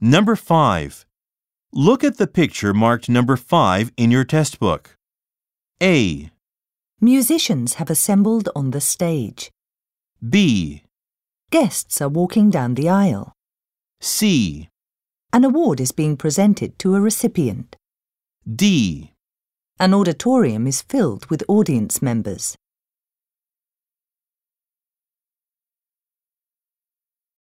Number 5. Look at the picture marked number 5 in your test book. A, Musicians have assembled on the stage. B, Guests are walking down the aisle. C, An award is being presented to a recipient. D. An auditorium is filled with audience members.